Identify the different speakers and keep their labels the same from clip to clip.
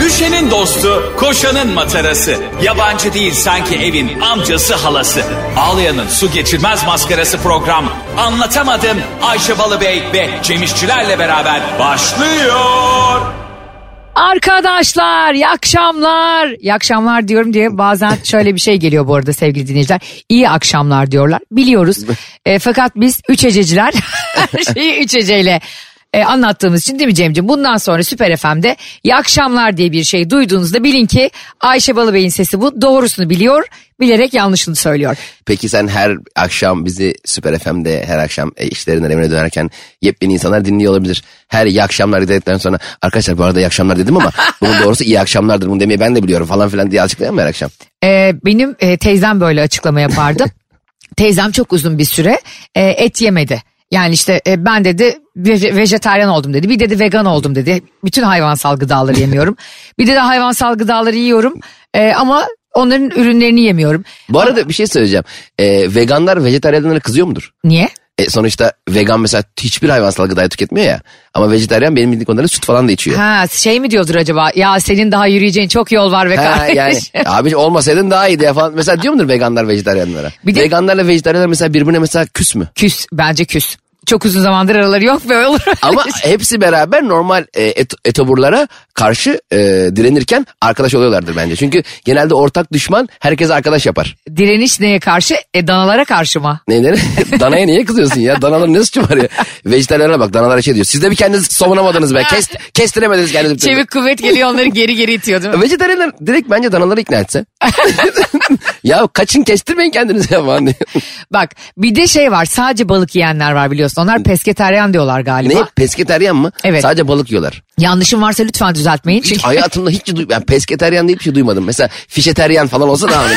Speaker 1: Düşenin dostu, koşanın matarası. Yabancı değil sanki evin amcası halası. Ağlayanın su geçirmez maskarası program. Anlatamadım Ayşe Balıbey ve Cemişçilerle beraber başlıyor.
Speaker 2: Arkadaşlar iyi akşamlar. İyi akşamlar diyorum diye bazen şöyle bir şey geliyor bu arada sevgili dinleyiciler. İyi akşamlar diyorlar. Biliyoruz. E, fakat biz üç ececiler her şeyi üç eceyle e, anlattığımız için değil mi Cemciğim? Bundan sonra Süper FM'de iyi akşamlar diye bir şey duyduğunuzda bilin ki Ayşe Balıbey'in sesi bu. Doğrusunu biliyor, bilerek yanlışını söylüyor.
Speaker 3: Peki sen her akşam bizi Süper FM'de her akşam e, işlerinden evine dönerken yepyeni insanlar dinliyor olabilir. Her iyi akşamlar dedikten sonra arkadaşlar bu arada iyi akşamlar dedim ama bunun doğrusu iyi akşamlardır bunu demeyi ben de biliyorum falan filan diye açıklayan mı her akşam?
Speaker 2: Ee, benim e, teyzem böyle açıklama yapardı. teyzem çok uzun bir süre e, et yemedi. Yani işte e, ben dedi ve- vejetaryen oldum dedi. Bir dedi vegan oldum dedi. Bütün hayvansal gıdaları yemiyorum. bir de hayvansal gıdaları yiyorum e, ama onların ürünlerini yemiyorum.
Speaker 3: Bu arada bir şey söyleyeceğim. E, veganlar vejetaryenlere kızıyor mudur?
Speaker 2: Niye?
Speaker 3: E, sonuçta vegan mesela hiçbir hayvansal gıdayı tüketmiyor ya. Ama vejetaryen benim bildiğim kadarıyla süt falan da içiyor.
Speaker 2: Ha şey mi diyordur acaba? Ya senin daha yürüyeceğin çok yol var ve
Speaker 3: Ha,
Speaker 2: kardeş.
Speaker 3: yani abi olmasaydın daha iyiydi ya falan. Mesela diyor mudur veganlar vejetaryenlere?
Speaker 2: Bir de-
Speaker 3: Veganlarla vejetaryenler mesela birbirine mesela küs mü?
Speaker 2: Küs bence küs. Çok uzun zamandır araları yok ve olur.
Speaker 3: Ama hepsi beraber normal e, et, etoburlara karşı e, direnirken arkadaş oluyorlardır bence. Çünkü genelde ortak düşman herkes arkadaş yapar.
Speaker 2: Direniş neye karşı? E, danalara karşı mı?
Speaker 3: Ne, ne, Danaya niye kızıyorsun ya? Danaların ne suçu var ya? Vejetaryenlere bak danalara şey diyor. Siz de bir kendinizi savunamadınız be. Kes, kestiremediniz kendinizi. bir türlü.
Speaker 2: Çevik kuvvet geliyor onları geri geri itiyor değil mi?
Speaker 3: Vejetaryenler direkt bence danaları ikna etse. ya kaçın kestirmeyin kendinizi ya falan diye.
Speaker 2: Bak bir de şey var sadece balık yiyenler var biliyorsun. Onlar pesketeryan diyorlar galiba.
Speaker 3: Ne? Pesketeryan mı?
Speaker 2: Evet.
Speaker 3: Sadece balık yiyorlar.
Speaker 2: Yanlışım varsa lütfen düzeltmeyin.
Speaker 3: Hiç
Speaker 2: Çünkü
Speaker 3: hayatımda hiç duy ben pesketeryan diye bir şey duymadım. Mesela fişeteryan falan olsa daha hani.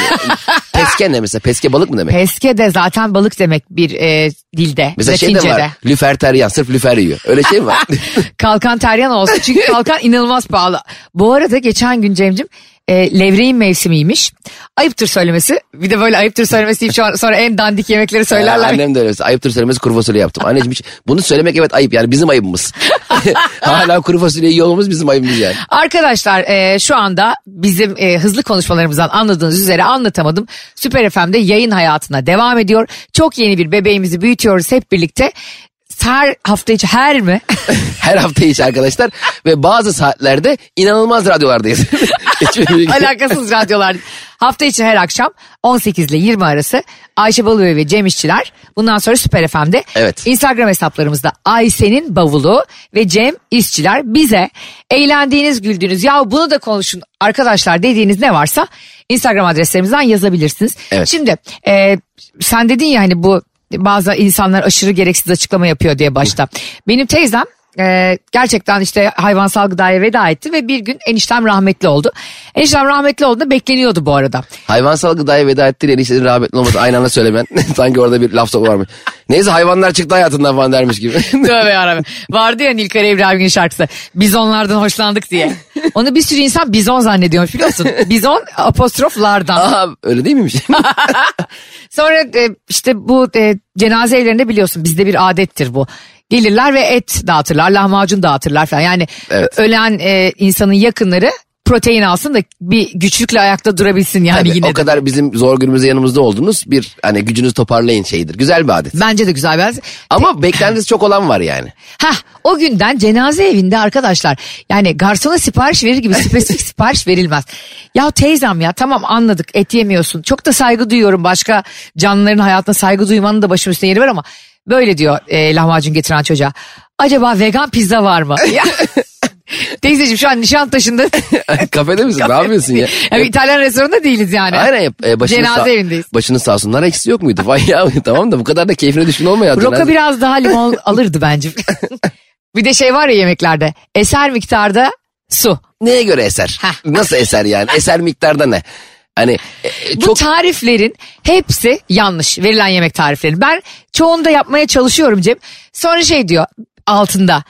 Speaker 3: Peske ne mesela? Peske balık mı demek?
Speaker 2: peske de zaten balık demek bir e, dilde.
Speaker 3: mesela şey de
Speaker 2: Latincede.
Speaker 3: var. Lüferteryan. Sırf lüfer yiyor. Öyle şey mi var?
Speaker 2: Kalkan teryan olsun çünkü kalkan inanılmaz pahalı. Bu arada geçen gün Cem'cim e, levreğin mevsimiymiş. Ayıptır söylemesi. Bir de böyle ayıptır söylemesi deyip şu an- sonra en dandik yemekleri söylerler.
Speaker 3: Annem de öyle. Ayıptır söylemesi kuru fasulye yaptım. Anneciğim hiç, bunu söylemek evet ayıp yani bizim ayıbımız. Hala kuru fasulye yiyor olmamız bizim ayıbımız yani.
Speaker 2: Arkadaşlar e, şu anda bizim e, hızlı konuşmalarımızdan anladığınız üzere anlatamadım. Süper FM'de yayın hayatına devam ediyor. Çok yeni bir bebeğimizi büyütüyoruz hep birlikte. Her hafta içi her mi?
Speaker 3: Her hafta iş arkadaşlar ve bazı saatlerde inanılmaz radyolardayız. Hiçbir bilgi-
Speaker 2: Alakasız radyolar. Hafta içi her akşam 18 ile 20 arası Ayşe Balıbey ve Cem İşçiler. Bundan sonra Süper FM'de.
Speaker 3: Evet.
Speaker 2: Instagram hesaplarımızda Ayşe'nin bavulu ve Cem İşçiler bize eğlendiğiniz güldüğünüz ya bunu da konuşun arkadaşlar dediğiniz ne varsa Instagram adreslerimizden yazabilirsiniz.
Speaker 3: Evet.
Speaker 2: Şimdi e, sen dedin ya hani bu bazı insanlar aşırı gereksiz açıklama yapıyor diye başta. Benim teyzem e, gerçekten işte hayvansal gıdaya veda etti ve bir gün eniştem rahmetli oldu. Eniştem rahmetli olduğunda bekleniyordu bu arada.
Speaker 3: Hayvansal gıdaya veda ettiğiyle eniştenin rahmetli olması aynı anda söylemen. Sanki orada bir laf soku varmış. Neyse hayvanlar çıktı hayatından falan dermiş gibi.
Speaker 2: Tövbe yarabbim. Vardı ya Nilkar İbrahim'in şarkısı. Biz onlardan hoşlandık diye. Onu bir sürü insan bizon zannediyormuş biliyor musun? Bizon apostroflardan.
Speaker 3: Aa, öyle değil miymiş?
Speaker 2: Sonra e, işte bu e, cenaze evlerinde biliyorsun bizde bir adettir bu. Gelirler ve et dağıtırlar, lahmacun dağıtırlar falan. Yani
Speaker 3: Evet.
Speaker 2: ölen e, insanın yakınları protein alsın da bir güçlükle ayakta durabilsin yani
Speaker 3: Tabii,
Speaker 2: yine
Speaker 3: Hani o
Speaker 2: de.
Speaker 3: kadar bizim zor günümüzde yanımızda oldunuz. Bir hani gücünüzü toparlayın şeyidir. Güzel bir adet.
Speaker 2: Bence de güzel. Ben...
Speaker 3: Ama beklentisi çok olan var yani.
Speaker 2: Hah, o günden cenaze evinde arkadaşlar yani garsona sipariş verir gibi spesifik sipariş verilmez. Ya teyzem ya tamam anladık et yemiyorsun. Çok da saygı duyuyorum başka canlıların hayatına saygı duymanın da başım üstüne yeri var ama böyle diyor e, lahmacun getiren çocuğa. Acaba vegan pizza var mı? Ya, Teyzeciğim şu an Nişantaşı'nda
Speaker 3: Kafede misin? ne yapıyorsun ya?
Speaker 2: yani İtalyan restoranında değiliz yani.
Speaker 3: Aynen yap. E, başını
Speaker 2: Cenaze
Speaker 3: sağ-
Speaker 2: evindeyiz.
Speaker 3: Başını sağ olsun. Nar eksisi yok muydu? Vay ya tamam da bu kadar da keyfine düşkün olma ya.
Speaker 2: Roka
Speaker 3: Cenaze-
Speaker 2: biraz daha limon alırdı bence. bir de şey var ya yemeklerde eser miktarda su.
Speaker 3: Neye göre eser?
Speaker 2: Hah.
Speaker 3: Nasıl eser yani? Eser miktarda ne? Hani e, e,
Speaker 2: Bu
Speaker 3: çok
Speaker 2: tariflerin hepsi yanlış verilen yemek tarifleri. Ben çoğunda yapmaya çalışıyorum Cem. Sonra şey diyor altında.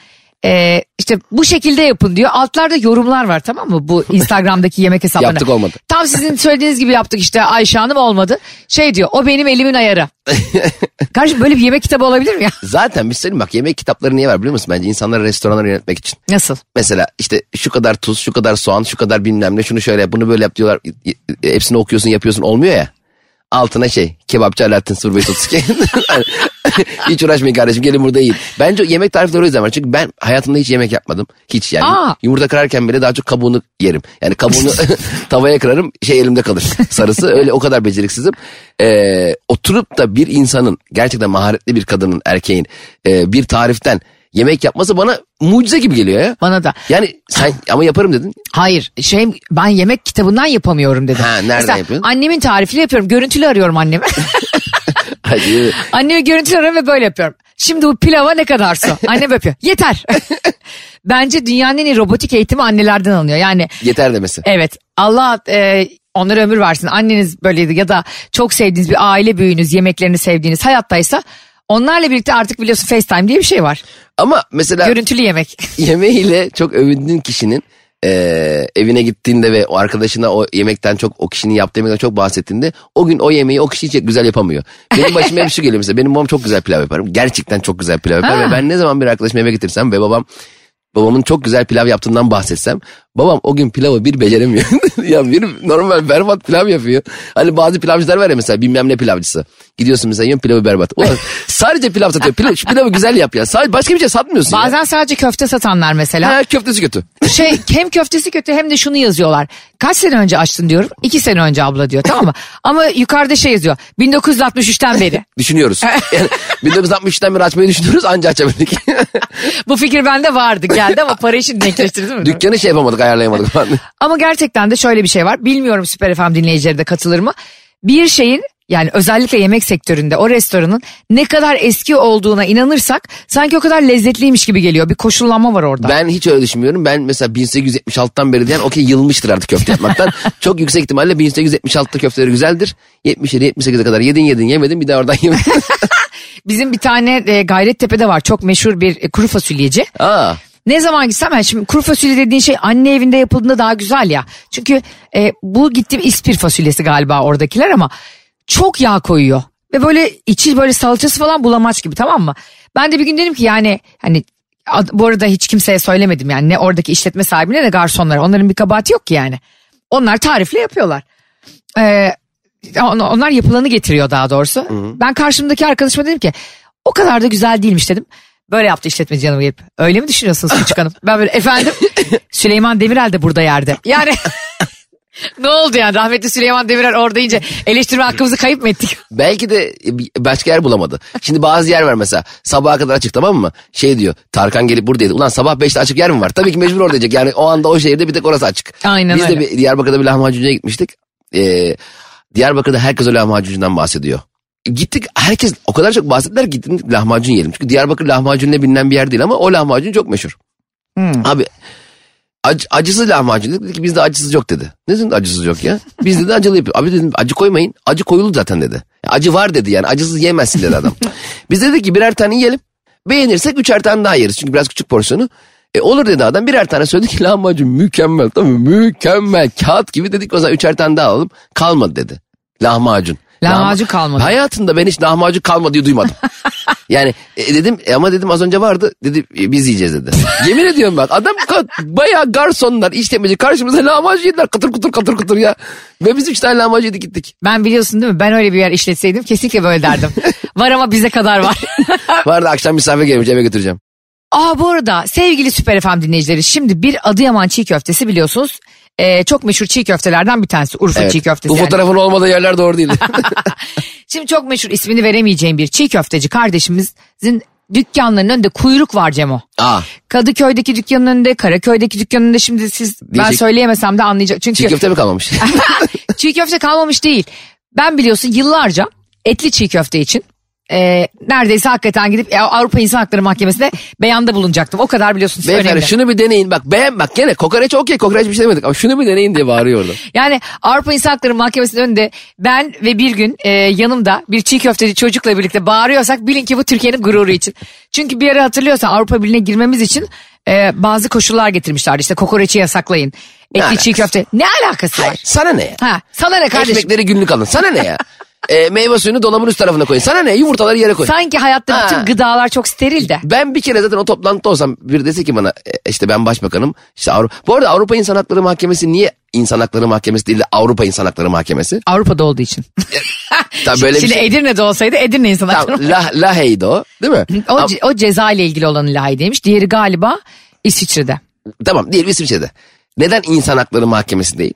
Speaker 2: Ee, işte bu şekilde yapın diyor. Altlarda yorumlar var tamam mı? Bu Instagram'daki yemek hesaplarına.
Speaker 3: Yaptık olmadı.
Speaker 2: Tam sizin söylediğiniz gibi yaptık işte Ayşe Hanım olmadı. Şey diyor o benim elimin ayarı. Kardeşim böyle bir yemek kitabı olabilir mi ya?
Speaker 3: Zaten bir şey söyleyeyim bak yemek kitapları niye var biliyor musun? Bence insanları restoranlara yönetmek için.
Speaker 2: Nasıl?
Speaker 3: Mesela işte şu kadar tuz, şu kadar soğan, şu kadar bilmem ne, şunu şöyle yap, bunu böyle yap diyorlar. Y- y- Hepsini okuyorsun, yapıyorsun olmuyor ya. Altına şey, kebapçı Alaaddin 0532. hiç uğraşmayın kardeşim gelin burada yiyin. Bence o yemek tarifleri o yüzden var. Çünkü ben hayatımda hiç yemek yapmadım. Hiç yani.
Speaker 2: Aa.
Speaker 3: Yumurta kırarken bile daha çok kabuğunu yerim. Yani kabuğunu tavaya kırarım şey elimde kalır. Sarısı öyle o kadar beceriksizim. Ee, oturup da bir insanın gerçekten maharetli bir kadının erkeğin e, bir tariften yemek yapması bana mucize gibi geliyor ya.
Speaker 2: Bana da.
Speaker 3: Yani sen ama yaparım dedin.
Speaker 2: Hayır şey ben yemek kitabından yapamıyorum dedim.
Speaker 3: Ha, nereden
Speaker 2: Mesela
Speaker 3: yapıyorsun?
Speaker 2: Annemin tarifiyle yapıyorum. Görüntülü arıyorum annemi.
Speaker 3: Hadi.
Speaker 2: Annemi görüntülü arıyorum ve böyle yapıyorum. Şimdi bu pilava ne kadar su? Annem yapıyor. Yeter. Bence dünyanın en iyi robotik eğitimi annelerden alınıyor. Yani
Speaker 3: Yeter demesi.
Speaker 2: Evet. Allah e, onlara ömür versin. Anneniz böyleydi ya da çok sevdiğiniz bir aile büyüğünüz, yemeklerini sevdiğiniz hayattaysa onlarla birlikte artık biliyorsun FaceTime diye bir şey var.
Speaker 3: Ama mesela
Speaker 2: Görüntülü yemek.
Speaker 3: yemeğiyle çok övündüğün kişinin eee, evine gittiğinde ve o arkadaşına o yemekten çok o kişinin yaptığı yemekten çok bahsettiğinde o gün o yemeği o kişi hiç güzel yapamıyor. Benim başıma hep şu geliyor mesela benim babam çok güzel pilav yaparım. Gerçekten çok güzel pilav yapar
Speaker 2: Ha.
Speaker 3: ve ben ne zaman bir arkadaşıma eve getirsem ve babam babamın çok güzel pilav yaptığından bahsetsem babam o gün pilavı bir beceremiyor. ya bir normal berbat pilav yapıyor. Hani bazı pilavcılar var ya mesela bilmem ne pilavcısı. Gidiyorsun mesela yiyorsun pilavı berbat. Ulan sadece pilav satıyor. Pilav, şu pilavı güzel yap ya. Sadece başka bir şey satmıyorsun ya.
Speaker 2: Bazen sadece köfte satanlar mesela.
Speaker 3: Ha, köftesi kötü.
Speaker 2: şey hem köftesi kötü hem de şunu yazıyorlar. Kaç sene önce açtın diyorum. İki sene önce abla diyor tamam mı? Ama yukarıda şey yazıyor. 1963'ten beri.
Speaker 3: Düşünüyoruz. Yani 1963'ten beri açmayı düşünüyoruz anca açabildik.
Speaker 2: Bu fikir bende vardı geldi ama para için denkleştirdim mi?
Speaker 3: Dükkanı şey yapamadık ayarlayamadık falan.
Speaker 2: Ama gerçekten de şöyle bir şey var. Bilmiyorum Süper FM dinleyicileri de katılır mı? Bir şeyin yani özellikle yemek sektöründe o restoranın ne kadar eski olduğuna inanırsak sanki o kadar lezzetliymiş gibi geliyor. Bir koşullanma var orada.
Speaker 3: Ben hiç öyle düşünmüyorum. Ben mesela 1876'tan beri diyen okey yılmıştır artık köfte yapmaktan. Çok yüksek ihtimalle 1876'ta köfteleri güzeldir. 77 78'e kadar yedin yedin yemedin bir daha oradan yemedin.
Speaker 2: Bizim bir tane e, Gayrettepe'de var çok meşhur bir e, kuru fasulyeci.
Speaker 3: Aa,
Speaker 2: Ne zaman gitsem ben şimdi kuru fasulye dediğin şey anne evinde yapıldığında daha güzel ya. Çünkü e, bu gittiğim ispir fasulyesi galiba oradakiler ama çok yağ koyuyor. Ve böyle içi böyle salçası falan bulamaç gibi tamam mı? Ben de bir gün dedim ki yani hani ad- bu arada hiç kimseye söylemedim yani ne oradaki işletme sahibine ne garsonlara onların bir kabahati yok ki yani. Onlar tarifle yapıyorlar. Ee, on- onlar yapılanı getiriyor daha doğrusu. Ben karşımdaki arkadaşıma dedim ki o kadar da güzel değilmiş dedim. Böyle yaptı işletmeci yanıma gelip. Öyle mi düşünüyorsunuz küçük hanım? Ben böyle efendim Süleyman Demirel de burada yerde. Yani ne oldu yani rahmetli Süleyman Demirel orada ince eleştirme hakkımızı kayıp mı ettik?
Speaker 3: belki de bir- başka yer bulamadı. Şimdi bazı yer var mesela sabaha kadar açık tamam mı? Şey diyor Tarkan gelip buradaydı. Ulan sabah 5'te açık yer mi var? Tabii ki mecbur orada yiyecek. Yani o anda o şehirde bir tek orası açık.
Speaker 2: Aynen
Speaker 3: Biz
Speaker 2: öyle.
Speaker 3: de bir Diyarbakır'da bir lahmacuncuya gitmiştik. Ee, Diyarbakır'da herkes o lahmacuncudan bahsediyor. Gittik herkes o kadar çok bahsettiler ki gittik lahmacun yiyelim. Çünkü Diyarbakır lahmacunla bilinen bir yer değil ama o lahmacun çok meşhur. Abi ac- acısız lahmacun dedik. dedi ki bizde acısız yok dedi. Ne dedim acısız yok ya? Biz dedi acılı yapıyor. Abi dedim acı koymayın. Acı koyulur zaten dedi. Acı var dedi yani acısız yemezsin dedi adam. Biz dedik ki birer tane yiyelim. Beğenirsek üçer tane daha yeriz. Çünkü biraz küçük porsiyonu. E olur dedi adam birer tane söyledi ki lahmacun mükemmel tabii mükemmel kağıt gibi dedik o zaman üçer tane daha alalım kalmadı dedi lahmacun.
Speaker 2: Lahmacun
Speaker 3: Lahma-
Speaker 2: kalmadı.
Speaker 3: Hayatımda ben hiç lahmacun kalmadı diye duymadım. Yani e, dedim e, ama dedim az önce vardı dedi e, biz yiyeceğiz dedi. Yemin ediyorum bak adam ka- bayağı garsonlar işlemeci karşımıza lahmacun yediler katır kutur katır kutur ya. Ve biz üç tane lahmacun yedik gittik.
Speaker 2: Ben biliyorsun değil mi ben öyle bir yer işletseydim kesinlikle böyle derdim. var ama bize kadar var.
Speaker 3: Vardı akşam misafir gelmiş eve götüreceğim.
Speaker 2: Aa bu arada sevgili Süper FM dinleyicileri şimdi bir Adıyaman çiğ köftesi biliyorsunuz. e, çok meşhur çiğ köftelerden bir tanesi Urfa
Speaker 3: Evet.
Speaker 2: çiğ köftesi.
Speaker 3: Bu
Speaker 2: yani.
Speaker 3: fotoğrafın olmadığı yerler doğru değil.
Speaker 2: Şimdi çok meşhur ismini veremeyeceğim bir çiğ köfteci kardeşimizin dükkanlarının önünde kuyruk var Cemo.
Speaker 3: Aa,
Speaker 2: Kadıköy'deki dükkanın önünde, Karaköy'deki dükkanın önünde şimdi siz ben
Speaker 3: Diyecek-
Speaker 2: söyleyemesem de anlayacak. Çünkü
Speaker 3: çiğ köfte mi kalmamış?
Speaker 2: çiğ köfte kalmamış değil. Ben biliyorsun yıllarca etli çiğ köfte için e, neredeyse hakikaten gidip e, Avrupa İnsan Hakları Mahkemesi'ne beyanda bulunacaktım. O kadar biliyorsunuz
Speaker 3: Beyefendi
Speaker 2: önemli.
Speaker 3: şunu bir deneyin bak beğen bak gene kokoreç okey kokoreç bir şey demedik ama şunu bir deneyin diye bağırıyor orada.
Speaker 2: Yani Avrupa İnsan Hakları Mahkemesi'nin önünde ben ve bir gün e, yanımda bir çiğ köfteci çocukla birlikte bağırıyorsak bilin ki bu Türkiye'nin gururu için. Çünkü bir ara hatırlıyorsan Avrupa Birliği'ne girmemiz için e, bazı koşullar getirmişlerdi. İşte kokoreçi yasaklayın. Etli
Speaker 3: alakası
Speaker 2: çiğ köfte. Ne alakası var?
Speaker 3: Sana ne ya?
Speaker 2: Ha, sana ne kardeşim?
Speaker 3: Ekmekleri günlük alın. Sana ne ya? E, meyve suyunu dolabın üst tarafına koyun. Sana ne? Yumurtaları yere koyun.
Speaker 2: Sanki hayatta
Speaker 3: Ha.
Speaker 2: bütün gıdalar çok steril de.
Speaker 3: Ben bir kere zaten o toplantıda olsam bir dese ki bana e, işte ben başbakanım. Işte Avrupa, bu arada Avrupa İnsan Hakları Mahkemesi niye İnsan Hakları Mahkemesi değil de Avrupa İnsan Hakları Mahkemesi?
Speaker 2: Avrupa'da olduğu için.
Speaker 3: Tam böyle bir
Speaker 2: Şimdi
Speaker 3: şey.
Speaker 2: Edirne'de olsaydı Edirne insan
Speaker 3: Tam,
Speaker 2: hakları-
Speaker 3: la, Lahey'de o değil mi?
Speaker 2: O,
Speaker 3: Ama-
Speaker 2: ce- o ceza ile ilgili olan ilahi demiş. Diğeri galiba İsviçre'de.
Speaker 3: tamam diyelim İsviçre'de. Neden İnsan Hakları Mahkemesi değil?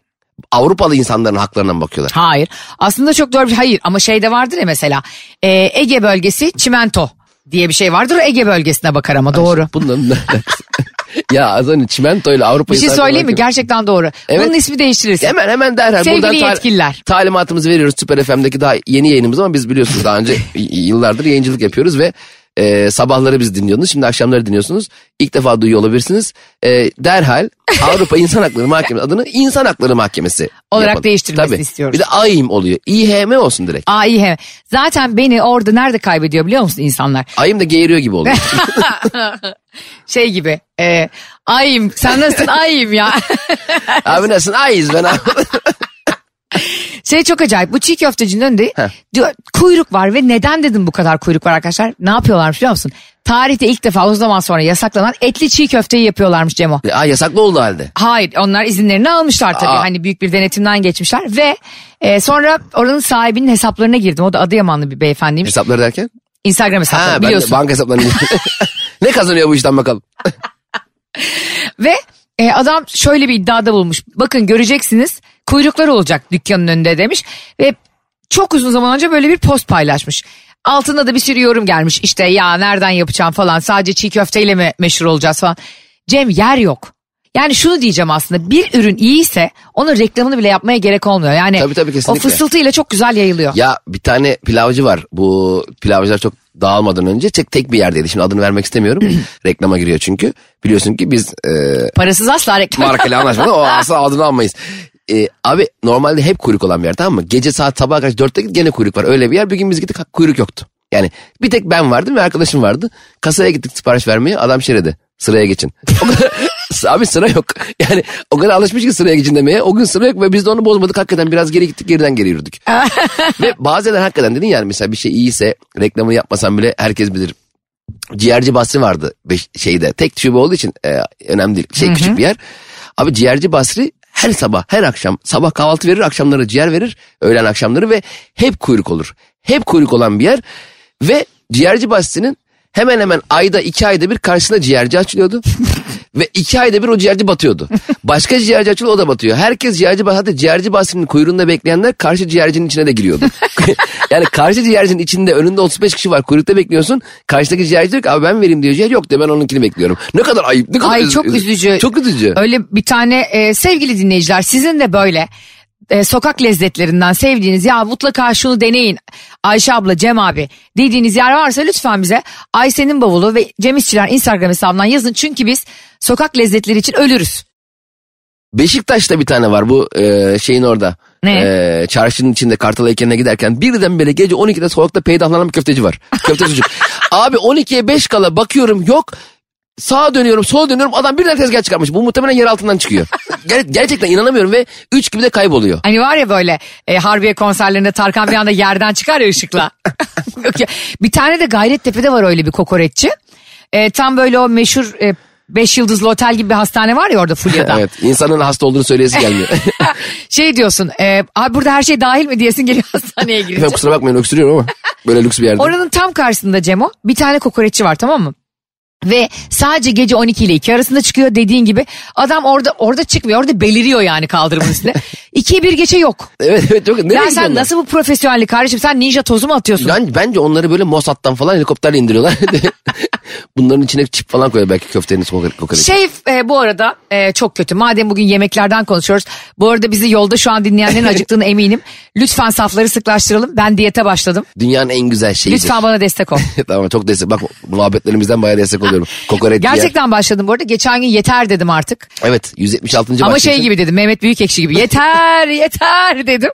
Speaker 3: Avrupalı insanların haklarına mı bakıyorlar?
Speaker 2: Hayır. Aslında çok doğru bir hayır ama şeyde vardır ya mesela e, Ege bölgesi çimento diye bir şey vardır. O Ege bölgesine bakar ama doğru.
Speaker 3: Bunların ne alakası? ya az önce çimento ile Avrupa
Speaker 2: Bir şey
Speaker 3: İnsan Hakları
Speaker 2: söyleyeyim mi?
Speaker 3: Mahkemesi-
Speaker 2: Gerçekten doğru.
Speaker 3: Evet.
Speaker 2: Bunun ismi değiştirirsin.
Speaker 3: Hemen hemen derhal
Speaker 2: Sevgili
Speaker 3: buradan tal-
Speaker 2: yetkililer.
Speaker 3: talimatımızı veriyoruz Süper FM'deki daha yeni yayınımız ama biz biliyorsunuz daha önce y- yıllardır yayıncılık yapıyoruz ve e, sabahları biz dinliyordunuz. Şimdi akşamları dinliyorsunuz. İlk defa duyuyor olabilirsiniz. E, derhal Avrupa İnsan Hakları Mahkemesi adını İnsan Hakları Mahkemesi
Speaker 2: Olarak
Speaker 3: yapalım.
Speaker 2: değiştirmesini istiyoruz.
Speaker 3: Bir de AİM oluyor. İHM olsun direkt.
Speaker 2: AİH. Zaten beni orada nerede kaybediyor biliyor musun insanlar?
Speaker 3: AİM de geğiriyor gibi oluyor.
Speaker 2: Şey gibi. E, ayım sen nasılsın ayım ya.
Speaker 3: abi nasılsın? Ayız ben abi.
Speaker 2: Şey çok acayip bu çiğ köftecinin önünde
Speaker 3: Heh.
Speaker 2: diyor, kuyruk var ve neden dedim bu kadar kuyruk var arkadaşlar? Ne yapıyorlarmış biliyor musun? Tarihte ilk defa o zaman sonra yasaklanan etli çiğ köfteyi yapıyorlarmış Cemo.
Speaker 3: Aa, yasaklı oldu halde.
Speaker 2: Hayır onlar izinlerini almışlar tabii.
Speaker 3: Aa.
Speaker 2: Hani büyük bir denetimden geçmişler ve e, sonra oranın sahibinin hesaplarına girdim. O da Adıyamanlı bir beyefendiymiş.
Speaker 3: Hesapları derken?
Speaker 2: Instagram hesapları
Speaker 3: Ha, ben de
Speaker 2: biliyorsun.
Speaker 3: banka hesaplarını Ne kazanıyor bu işten bakalım?
Speaker 2: Ve e, adam şöyle bir iddiada bulmuş. Bakın göreceksiniz kuyruklar olacak dükkanın önünde demiş. Ve çok uzun zaman önce böyle bir post paylaşmış. Altında da bir sürü yorum gelmiş. İşte ya nereden yapacağım falan sadece çiğ köfteyle mi meşhur olacağız falan. Cem yer yok. Yani şunu diyeceğim aslında bir ürün iyiyse onun reklamını bile yapmaya gerek olmuyor. Yani
Speaker 3: Tabii, tabii,
Speaker 2: o
Speaker 3: kesinlikle.
Speaker 2: fısıltıyla çok güzel yayılıyor.
Speaker 3: Ya bir tane pilavcı var. Bu pilavcılar çok dağılmadan önce tek tek bir yerdeydi. Şimdi adını vermek istemiyorum. Reklama giriyor çünkü. Biliyorsun ki biz e,
Speaker 2: Parasız asla reklam.
Speaker 3: markayla anlaşmadan o asla adını almayız. E, abi normalde hep kuyruk olan bir yer tamam mı? Gece saat sabaha kaç dörtte git gene kuyruk var. Öyle bir yer bir gün biz gittik ha, kuyruk yoktu. Yani bir tek ben vardım ve arkadaşım vardı. Kasaya gittik sipariş vermeye adam şey dedi. Sıraya geçin. O kadar- abi sıra yok. Yani o kadar alışmış ki sıraya geçin demeye. O gün sıra yok ve biz de onu bozmadık. Hakikaten biraz geri gittik geriden geri yürüdük. Ve bazen hakikaten dedin yani mesela bir şey iyiyse reklamını yapmasan bile herkes bilir. Ciğerci Basri vardı beş- şeyde. Tek şube olduğu için e, önemli değil. Şey küçük bir yer. Abi ciğerci Basri her sabah, her akşam sabah kahvaltı verir, akşamları ciğer verir, öğlen akşamları ve hep kuyruk olur. Hep kuyruk olan bir yer ve ciğerci Basri'nin hemen hemen ayda iki ayda bir karşısında ciğerci açılıyordu. ve iki ayda bir o ciğerci batıyordu. Başka ciğerci açılıyor o da batıyor. Herkes ciğerci Basri, hatta ciğerci Basri'nin kuyruğunda bekleyenler karşı ciğercinin içine de giriyordu. yani karşı ciğercinin içinde önünde 35 kişi var kuyrukta bekliyorsun. Karşıdaki ciğerci diyor ki abi ben vereyim diyor ciğer yok diyor ben onunkini bekliyorum. Ne kadar ayıp ne kadar
Speaker 2: Ay
Speaker 3: üz-
Speaker 2: çok
Speaker 3: üz-
Speaker 2: üzücü.
Speaker 3: Çok üzücü.
Speaker 2: Öyle bir tane e, sevgili dinleyiciler sizin de böyle e, sokak lezzetlerinden sevdiğiniz ya mutlaka şunu deneyin Ayşe abla Cem abi dediğiniz yer varsa lütfen bize Ayşe'nin bavulu ve Cem İşçiler Instagram hesabından yazın çünkü biz sokak lezzetleri için ölürüz.
Speaker 3: Beşiktaş'ta bir tane var bu e, şeyin orada.
Speaker 2: Ne?
Speaker 3: E, çarşının içinde Kartal heykeline giderken birdenbere gece 12'de sokakta peydahlanan bir köfteci var. Köfte çocuk. Abi 12'ye 5 kala bakıyorum yok. Sağa dönüyorum sola dönüyorum adam birden tezgah çıkarmış. Bu muhtemelen yer altından çıkıyor. Ger- gerçekten inanamıyorum ve 3 gibi de kayboluyor.
Speaker 2: Hani var ya böyle e, Harbiye konserlerinde Tarkan bir anda yerden çıkar ya ışıkla. Yok ya. bir tane de Gayrettepe'de var öyle bir kokoreççi. E, tam böyle o meşhur e, beş yıldızlı otel gibi bir hastane var ya orada Fulya'da.
Speaker 3: Evet insanın hasta olduğunu söyleyesi gelmiyor.
Speaker 2: şey diyorsun e, abi burada her şey dahil mi diyesin geliyor hastaneye girince.
Speaker 3: Efendim kusura bakmayın öksürüyorum ama böyle lüks bir yerde.
Speaker 2: Oranın tam karşısında Cemo bir tane kokoreççi var tamam mı? Ve sadece gece 12 ile 2 arasında çıkıyor dediğin gibi. Adam orada orada çıkmıyor. Orada beliriyor yani kaldırımın üstünde. 2'ye 1 geçe yok.
Speaker 3: Evet evet çok nereye
Speaker 2: ya
Speaker 3: gidiyorlar?
Speaker 2: sen nasıl bu profesyonellik kardeşim? Sen ninja tozu mu atıyorsun?
Speaker 3: Ben, bence onları böyle Mossad'dan falan helikopterle indiriyorlar. Bunların içine çip falan koyuyor belki köftenin kokoreç.
Speaker 2: Şey e, bu arada e, çok kötü. Madem bugün yemeklerden konuşuyoruz. Bu arada bizi yolda şu an dinleyenlerin acıktığını eminim. Lütfen safları sıklaştıralım. Ben diyete başladım.
Speaker 3: Dünyanın en güzel şeyidir.
Speaker 2: Lütfen bana destek ol.
Speaker 3: tamam çok destek. Bak muhabbetlerimizden bayağı destek oluyorum. Kokoreç diye.
Speaker 2: Gerçekten başladım bu arada. Geçen gün yeter dedim artık.
Speaker 3: Evet 176.
Speaker 2: Ama
Speaker 3: başlık
Speaker 2: şey
Speaker 3: için.
Speaker 2: gibi dedim Mehmet Büyükekşi gibi yeter yeter dedim.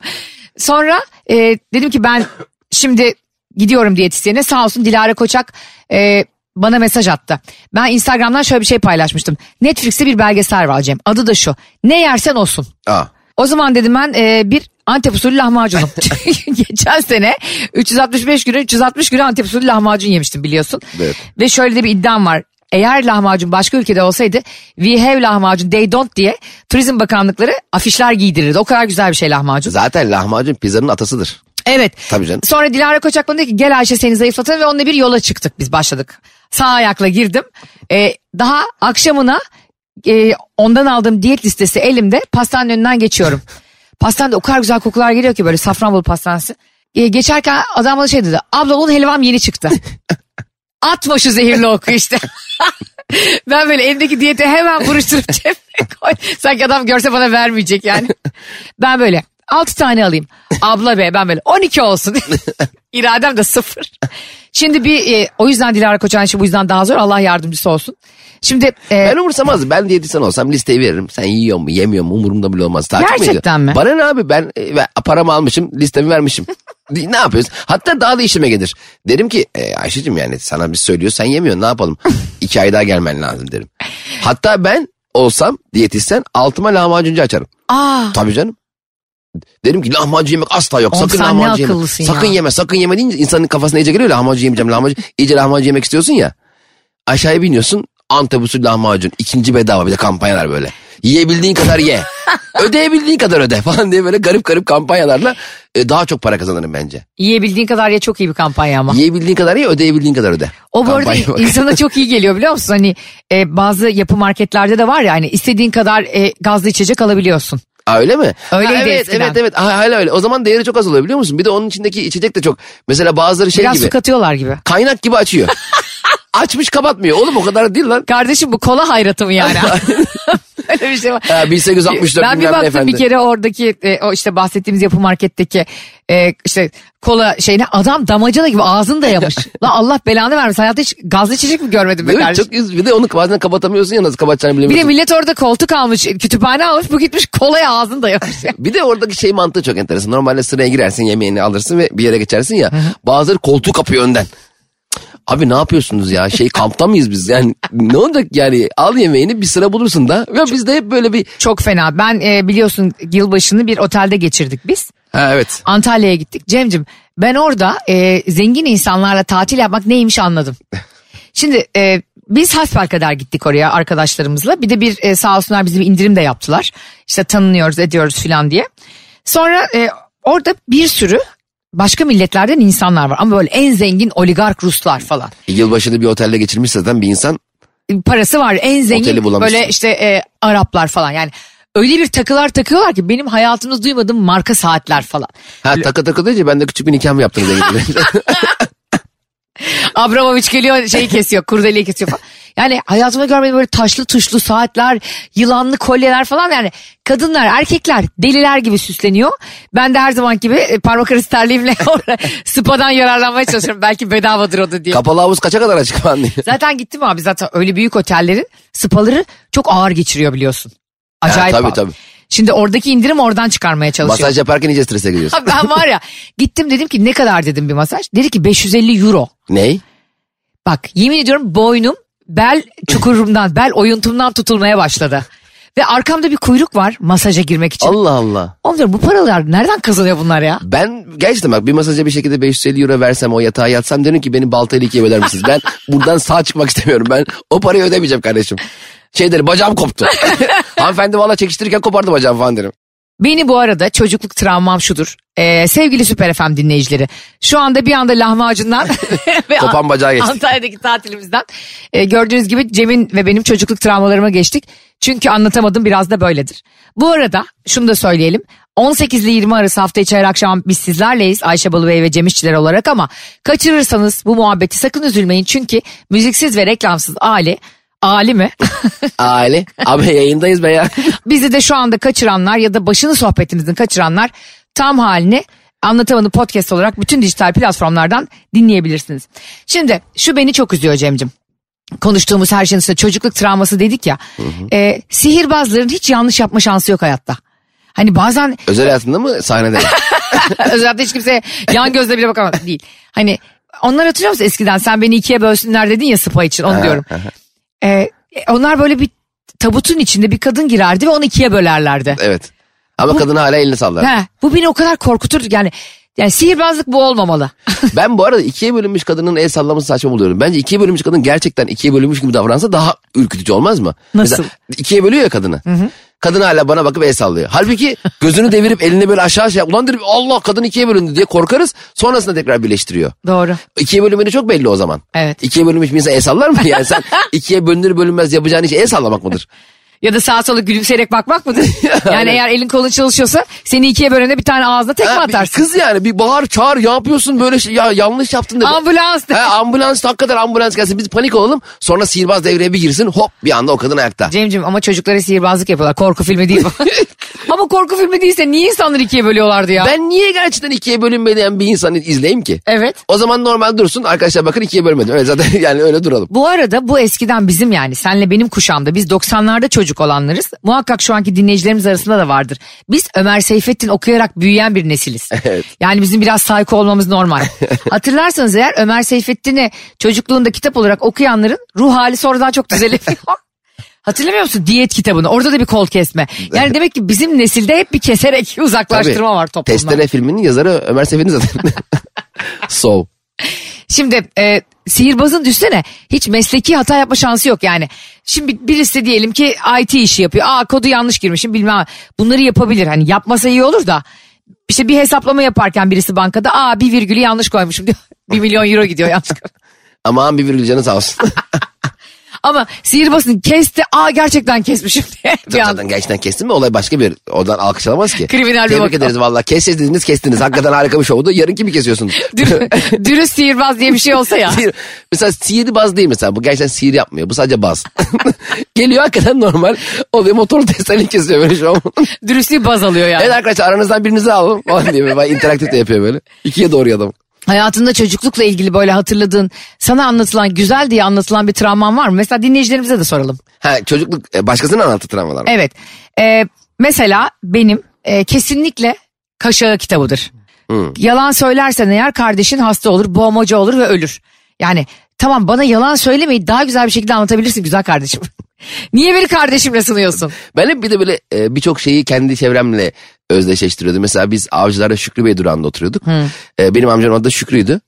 Speaker 2: Sonra e, dedim ki ben şimdi gidiyorum diyetisyene sağ olsun Dilara Koçak e, bana mesaj attı. Ben Instagram'dan şöyle bir şey paylaşmıştım. Netflix'te bir belgesel var Cem. Adı da şu. Ne yersen olsun.
Speaker 3: Aa.
Speaker 2: O zaman dedim ben e, bir Antep usulü lahmacunum. Çünkü Geçen sene 365 günü 360 günü Antep usulü lahmacun yemiştim biliyorsun.
Speaker 3: Evet.
Speaker 2: Ve şöyle de bir iddiam var. Eğer lahmacun başka ülkede olsaydı we have lahmacun they don't diye turizm bakanlıkları afişler giydirirdi. O kadar güzel bir şey lahmacun.
Speaker 3: Zaten lahmacun pizzanın atasıdır.
Speaker 2: Evet.
Speaker 3: Tabii canım.
Speaker 2: Sonra Dilara Koçak bana dedi ki gel Ayşe seni zayıflatalım ve onunla bir yola çıktık biz başladık. Sağ ayakla girdim. Ee, daha akşamına e, ondan aldığım diyet listesi elimde pastanın önünden geçiyorum. Pastanede o kadar güzel kokular geliyor ki böyle Safranbolu pastanesi. Ee, geçerken adam bana şey dedi abla onun helvam yeni çıktı. Atma şu zehirli oku işte. ben böyle elimdeki diyeti hemen buruşturup cebime koy. Sanki adam görse bana vermeyecek yani. Ben böyle 6 tane alayım. Abla be ben böyle 12 olsun. İradem de sıfır. Şimdi bir e, o yüzden Dilara Koçan işi bu yüzden daha zor. Allah yardımcısı olsun. Şimdi e,
Speaker 3: Ben umursamazdım. Ben diyetisyen olsam listeyi veririm. Sen yiyor mu yemiyor mu umurumda bile olmaz. Takip mi
Speaker 2: Gerçekten
Speaker 3: ediyor?
Speaker 2: mi?
Speaker 3: Bana ne abi ben e, ve paramı almışım listemi vermişim. ne yapıyoruz? Hatta daha da işime gelir. Derim ki e, Ayşe'cim yani sana biz söylüyoruz sen yemiyorsun ne yapalım? İki ay daha gelmen lazım derim. Hatta ben olsam diyetisyen altıma lahmacuncu açarım.
Speaker 2: aa,
Speaker 3: Tabii canım. Derim ki lahmacun yemek asla yok.
Speaker 2: Ah. Oğlum
Speaker 3: sakın
Speaker 2: sen ne
Speaker 3: lahmacun yeme.
Speaker 2: akıllısın ya.
Speaker 3: Sakın yeme sakın yeme deyince insanın kafasına iyice geliyor lahmacun yemeyeceğim lahmacun. İyice lahmacun yemek istiyorsun ya. Aşağıya biniyorsun Antep usulü lahmacun. ikinci bedava bir de kampanyalar böyle. Yiyebildiğin kadar ye. Ödeyebildiğin kadar öde falan diye böyle garip garip kampanyalarla e, daha çok para kazanırım bence.
Speaker 2: yiyebildiğin kadar ya çok iyi bir kampanya ama.
Speaker 3: Yiyebildiğin kadar ye ödeyebildiğin kadar öde.
Speaker 2: Ah. O bu arada
Speaker 3: Kampanya bak.
Speaker 2: insana çok iyi geliyor biliyor musun? Hani e, bazı yapı marketlerde de var ya hani istediğin kadar e, gazlı içecek alabiliyorsun.
Speaker 3: Aa, öyle mi?
Speaker 2: Öyleydi
Speaker 3: Ha, evet,
Speaker 2: eskiden.
Speaker 3: evet evet Ha, hala öyle. O zaman değeri çok az oluyor biliyor musun? Bir de onun içindeki içecek de çok. Mesela bazıları şey
Speaker 2: Biraz
Speaker 3: gibi.
Speaker 2: su katıyorlar gibi.
Speaker 3: kaynak gibi açıyor. Açmış kapatmıyor. Oğlum o kadar değil lan.
Speaker 2: Kardeşim bu kola hayratı mı yani? Öyle bir şey var.
Speaker 3: Ha, 1864
Speaker 2: ben bir
Speaker 3: bilmem ne
Speaker 2: baktım
Speaker 3: efendi.
Speaker 2: bir kere oradaki e, o işte bahsettiğimiz yapı marketteki e, işte kola şeyine adam damacana gibi ağzını dayamış. La Allah belanı vermesin hayatta hiç gazlı içecek mi görmedim be
Speaker 3: Değil mi?
Speaker 2: kardeşim?
Speaker 3: Çok yüz- bir de onu bazen kapatamıyorsun ya nasıl kapatacağını
Speaker 2: Bir de
Speaker 3: bilemiyorsun. Bir de,
Speaker 2: millet orada koltuk almış, kütüphane almış, bu gitmiş kolaya ağzını dayamış.
Speaker 3: oradaki şey mantığı çok enteresan. Normalde sıraya girersin yemeğini alırsın ve bir yere geçersin ya. Bazıları koltuğu kapıyor önden. Abi ne yapıyorsunuz ya? Şey kampta mıyız biz? Yani ne olacak yani? Al yemeğini bir sıra bulursun da. Ya biz de hep böyle bir...
Speaker 2: Çok fena. Ben e, biliyorsun yılbaşını bir otelde geçirdik biz.
Speaker 3: Ha evet.
Speaker 2: Antalya'ya gittik. Cemcim ben orada e, zengin insanlarla tatil yapmak neymiş anladım. Şimdi e, biz hasbelkader gittik oraya arkadaşlarımızla. Bir de bir e, sağ olsunlar bizi bir indirim de yaptılar. İşte tanınıyoruz ediyoruz filan diye. Sonra e, orada bir sürü başka milletlerden insanlar var. Ama böyle en zengin oligark Ruslar falan. E,
Speaker 3: Yılbaşını bir otelde geçirmişse zaten bir insan
Speaker 2: parası var en
Speaker 3: Oteli
Speaker 2: zengin
Speaker 3: bulamışsın.
Speaker 2: böyle işte e, Araplar falan yani öyle bir takılar takıyorlar ki benim hayatımda duymadığım marka saatler falan.
Speaker 3: ha takı takı deyince ben de küçük bir nikah mı yaptım diye gidiyorum.
Speaker 2: Abramovich geliyor şeyi kesiyor kurdeleyi kesiyor falan. Yani hayatımda görmediğim böyle taşlı tuşlu saatler, yılanlı kolyeler falan yani kadınlar, erkekler deliler gibi süsleniyor. Ben de her zaman gibi e, parmak arası terliğimle orada spadan yararlanmaya çalışıyorum. Belki bedavadır o da diye.
Speaker 3: Kapalı havuz kaça kadar açık falan diye.
Speaker 2: Zaten gittim abi zaten öyle büyük otellerin spaları çok ağır geçiriyor biliyorsun. Acayip
Speaker 3: Ha, tabii,
Speaker 2: pahalı.
Speaker 3: tabii.
Speaker 2: Şimdi oradaki indirim oradan çıkarmaya çalışıyor.
Speaker 3: Masaj yaparken iyice strese giriyorsun.
Speaker 2: Abi ben var ya gittim dedim ki ne kadar dedim bir masaj. Dedi ki 550 euro.
Speaker 3: Ney?
Speaker 2: Bak yemin ediyorum boynum bel çukurumdan bel oyuntumdan tutulmaya başladı. Ve arkamda bir kuyruk var masaja girmek için.
Speaker 3: Allah Allah.
Speaker 2: Oğlum diyorum bu paralar nereden kazanıyor bunlar ya?
Speaker 3: Ben gerçekten bak bir masaja bir şekilde 550 euro versem o yatağa yatsam derim ki beni baltayla ikiye böler misiniz? Ben buradan sağ çıkmak istemiyorum. Ben o parayı ödemeyeceğim kardeşim. Şey derim bacağım koptu. Hanımefendi valla çekiştirirken kopardı bacağım falan derim.
Speaker 2: Beni bu arada çocukluk travmam şudur. Ee, sevgili Süper FM dinleyicileri. Şu anda bir anda lahmacundan ve
Speaker 3: Kopan bacağı geçtik.
Speaker 2: Antalya'daki tatilimizden. e, gördüğünüz gibi Cem'in ve benim çocukluk travmalarıma geçtik. Çünkü anlatamadım biraz da böyledir. Bu arada şunu da söyleyelim. 18 ile 20 arası hafta içi her akşam biz sizlerleyiz Ayşe Balıbey ve Cem İşçiler olarak ama kaçırırsanız bu muhabbeti sakın üzülmeyin çünkü müziksiz ve reklamsız Ali, Ali mi?
Speaker 3: Aile. Abi yayındayız be ya.
Speaker 2: Bizi de şu anda kaçıranlar ya da başını sohbetimizin kaçıranlar tam halini Anlatamadım podcast olarak bütün dijital platformlardan dinleyebilirsiniz. Şimdi şu beni çok üzüyor Cem'cim. Konuştuğumuz her şeyin üstüne çocukluk travması dedik ya. Ee, sihirbazların hiç yanlış yapma şansı yok hayatta. Hani bazen
Speaker 3: Özel hayatında mı sahnede? mi?
Speaker 2: özellikle hiç kimse yan gözle bile bakamaz değil. Hani Onlar hatırlıyor musun eskiden? Sen beni ikiye bölsünler dedin ya spa için onu diyorum. Ee, onlar böyle bir tabutun içinde bir kadın girerdi ve onu ikiye bölerlerdi.
Speaker 3: Evet. Ama kadın hala elini sallar.
Speaker 2: He, bu beni o kadar korkuturdu ki yani. Yani sihirbazlık bu olmamalı.
Speaker 3: Ben bu arada ikiye bölünmüş kadının el sallaması saçma buluyorum. Bence ikiye bölünmüş kadın gerçekten ikiye bölünmüş gibi davransa daha ürkütücü olmaz mı?
Speaker 2: Nasıl?
Speaker 3: Mesela ikiye bölüyor ya kadını. Kadın hala bana bakıp el sallıyor. Halbuki gözünü devirip elini böyle aşağı aşağı ulan derim Allah kadın ikiye bölündü diye korkarız. Sonrasında tekrar birleştiriyor.
Speaker 2: Doğru.
Speaker 3: İkiye bölünmeni çok belli o zaman.
Speaker 2: Evet.
Speaker 3: İkiye bölünmüş bir insan el sallar mı? Yani sen ikiye bölünür bölünmez yapacağın iş el sallamak mıdır?
Speaker 2: Ya da sağa sola gülümseyerek bakmak mıdır? Yani eğer elin kolun çalışıyorsa seni ikiye bölene bir tane ağzına tekme
Speaker 3: Ha, bir
Speaker 2: atarsın.
Speaker 3: Kız yani bir bağır çağır ya yapıyorsun böyle şey, ya yanlış yaptın dedi.
Speaker 2: Ambulans.
Speaker 3: Ha, ambulans hakikaten ambulans gelsin biz panik olalım sonra sihirbaz devreye bir girsin hop bir anda o kadın ayakta.
Speaker 2: Cemcim ama çocuklara sihirbazlık yapıyorlar. Korku filmi değil bu. ama korku filmi değilse niye insanları ikiye bölüyorlardı ya?
Speaker 3: Ben niye gerçekten ikiye bölünmeyen bir insanı izleyeyim ki?
Speaker 2: Evet.
Speaker 3: O zaman normal dursun arkadaşlar bakın ikiye bölmedim öyle zaten yani öyle duralım.
Speaker 2: Bu arada bu eskiden bizim yani senle benim kuşağımda biz 90'larda çocuk olanlarız. Muhakkak şu anki dinleyicilerimiz arasında da vardır. Biz Ömer Seyfettin okuyarak büyüyen bir nesiliz.
Speaker 3: Evet.
Speaker 2: Yani bizim biraz psycho olmamız normal. Hatırlarsanız eğer Ömer Seyfettin'i çocukluğunda kitap olarak okuyanların ruh hali sonradan çok düzelebiliyor. Hatırlamıyor musun diyet kitabını? Orada da bir kol kesme. Yani demek ki bizim nesilde hep bir keserek uzaklaştırma var toplumdan.
Speaker 3: Testere filminin yazarı Ömer Sefin zaten. so.
Speaker 2: Şimdi e, sihirbazın düşsene hiç mesleki hata yapma şansı yok yani. Şimdi birisi de diyelim ki IT işi yapıyor. Aa kodu yanlış girmişim bilmem. Bunları yapabilir hani yapmasa iyi olur da. İşte bir hesaplama yaparken birisi bankada aa bir virgülü yanlış koymuşum diyor. bir milyon euro gidiyor yanlış.
Speaker 3: Aman bir virgül canı sağ olsun.
Speaker 2: Ama sihirbazın kesti aa gerçekten kesmişim diye. bir an-
Speaker 3: zaten gerçekten kestin mi olay başka bir oradan alkışlanamaz ki.
Speaker 2: Kriminal bir
Speaker 3: Tebrik
Speaker 2: vaka.
Speaker 3: ederiz valla kestiniz dediniz kestiniz hakikaten harika bir şovdu yarınki mi kesiyorsunuz?
Speaker 2: Dür- dürüst sihirbaz diye bir şey olsa ya.
Speaker 3: Sihir- mesela sihirbaz değil mesela. Bu gerçekten sihir yapmıyor. Bu sadece baz. Geliyor hakikaten normal. Oluyor motor testlerini kesiyor böyle şu an.
Speaker 2: Dürüstlüğü baz alıyor yani.
Speaker 3: evet arkadaşlar aranızdan birinizi alın. Falan diye böyle bayağı interaktif de yapıyor böyle. İkiye doğru adam.
Speaker 2: Hayatında çocuklukla ilgili böyle hatırladığın, sana anlatılan, güzel diye anlatılan bir travman var mı? Mesela dinleyicilerimize de soralım.
Speaker 3: Ha çocukluk e, başkasının anlattığı travmalar. mı?
Speaker 2: Evet. Ee, mesela benim e, kesinlikle kaşağı kitabıdır. Yalan söylersen eğer kardeşin hasta olur, boğmaca olur ve ölür. Yani tamam bana yalan söylemeyi daha güzel bir şekilde anlatabilirsin güzel kardeşim. Niye beni kardeşimle sınıyorsun?
Speaker 3: Ben hep bir de böyle e, birçok şeyi kendi çevremle özdeşleştiriyordum. Mesela biz avcılarda Şükrü Bey durağında oturuyorduk. E, benim amcamın adı da Şükrü'ydü.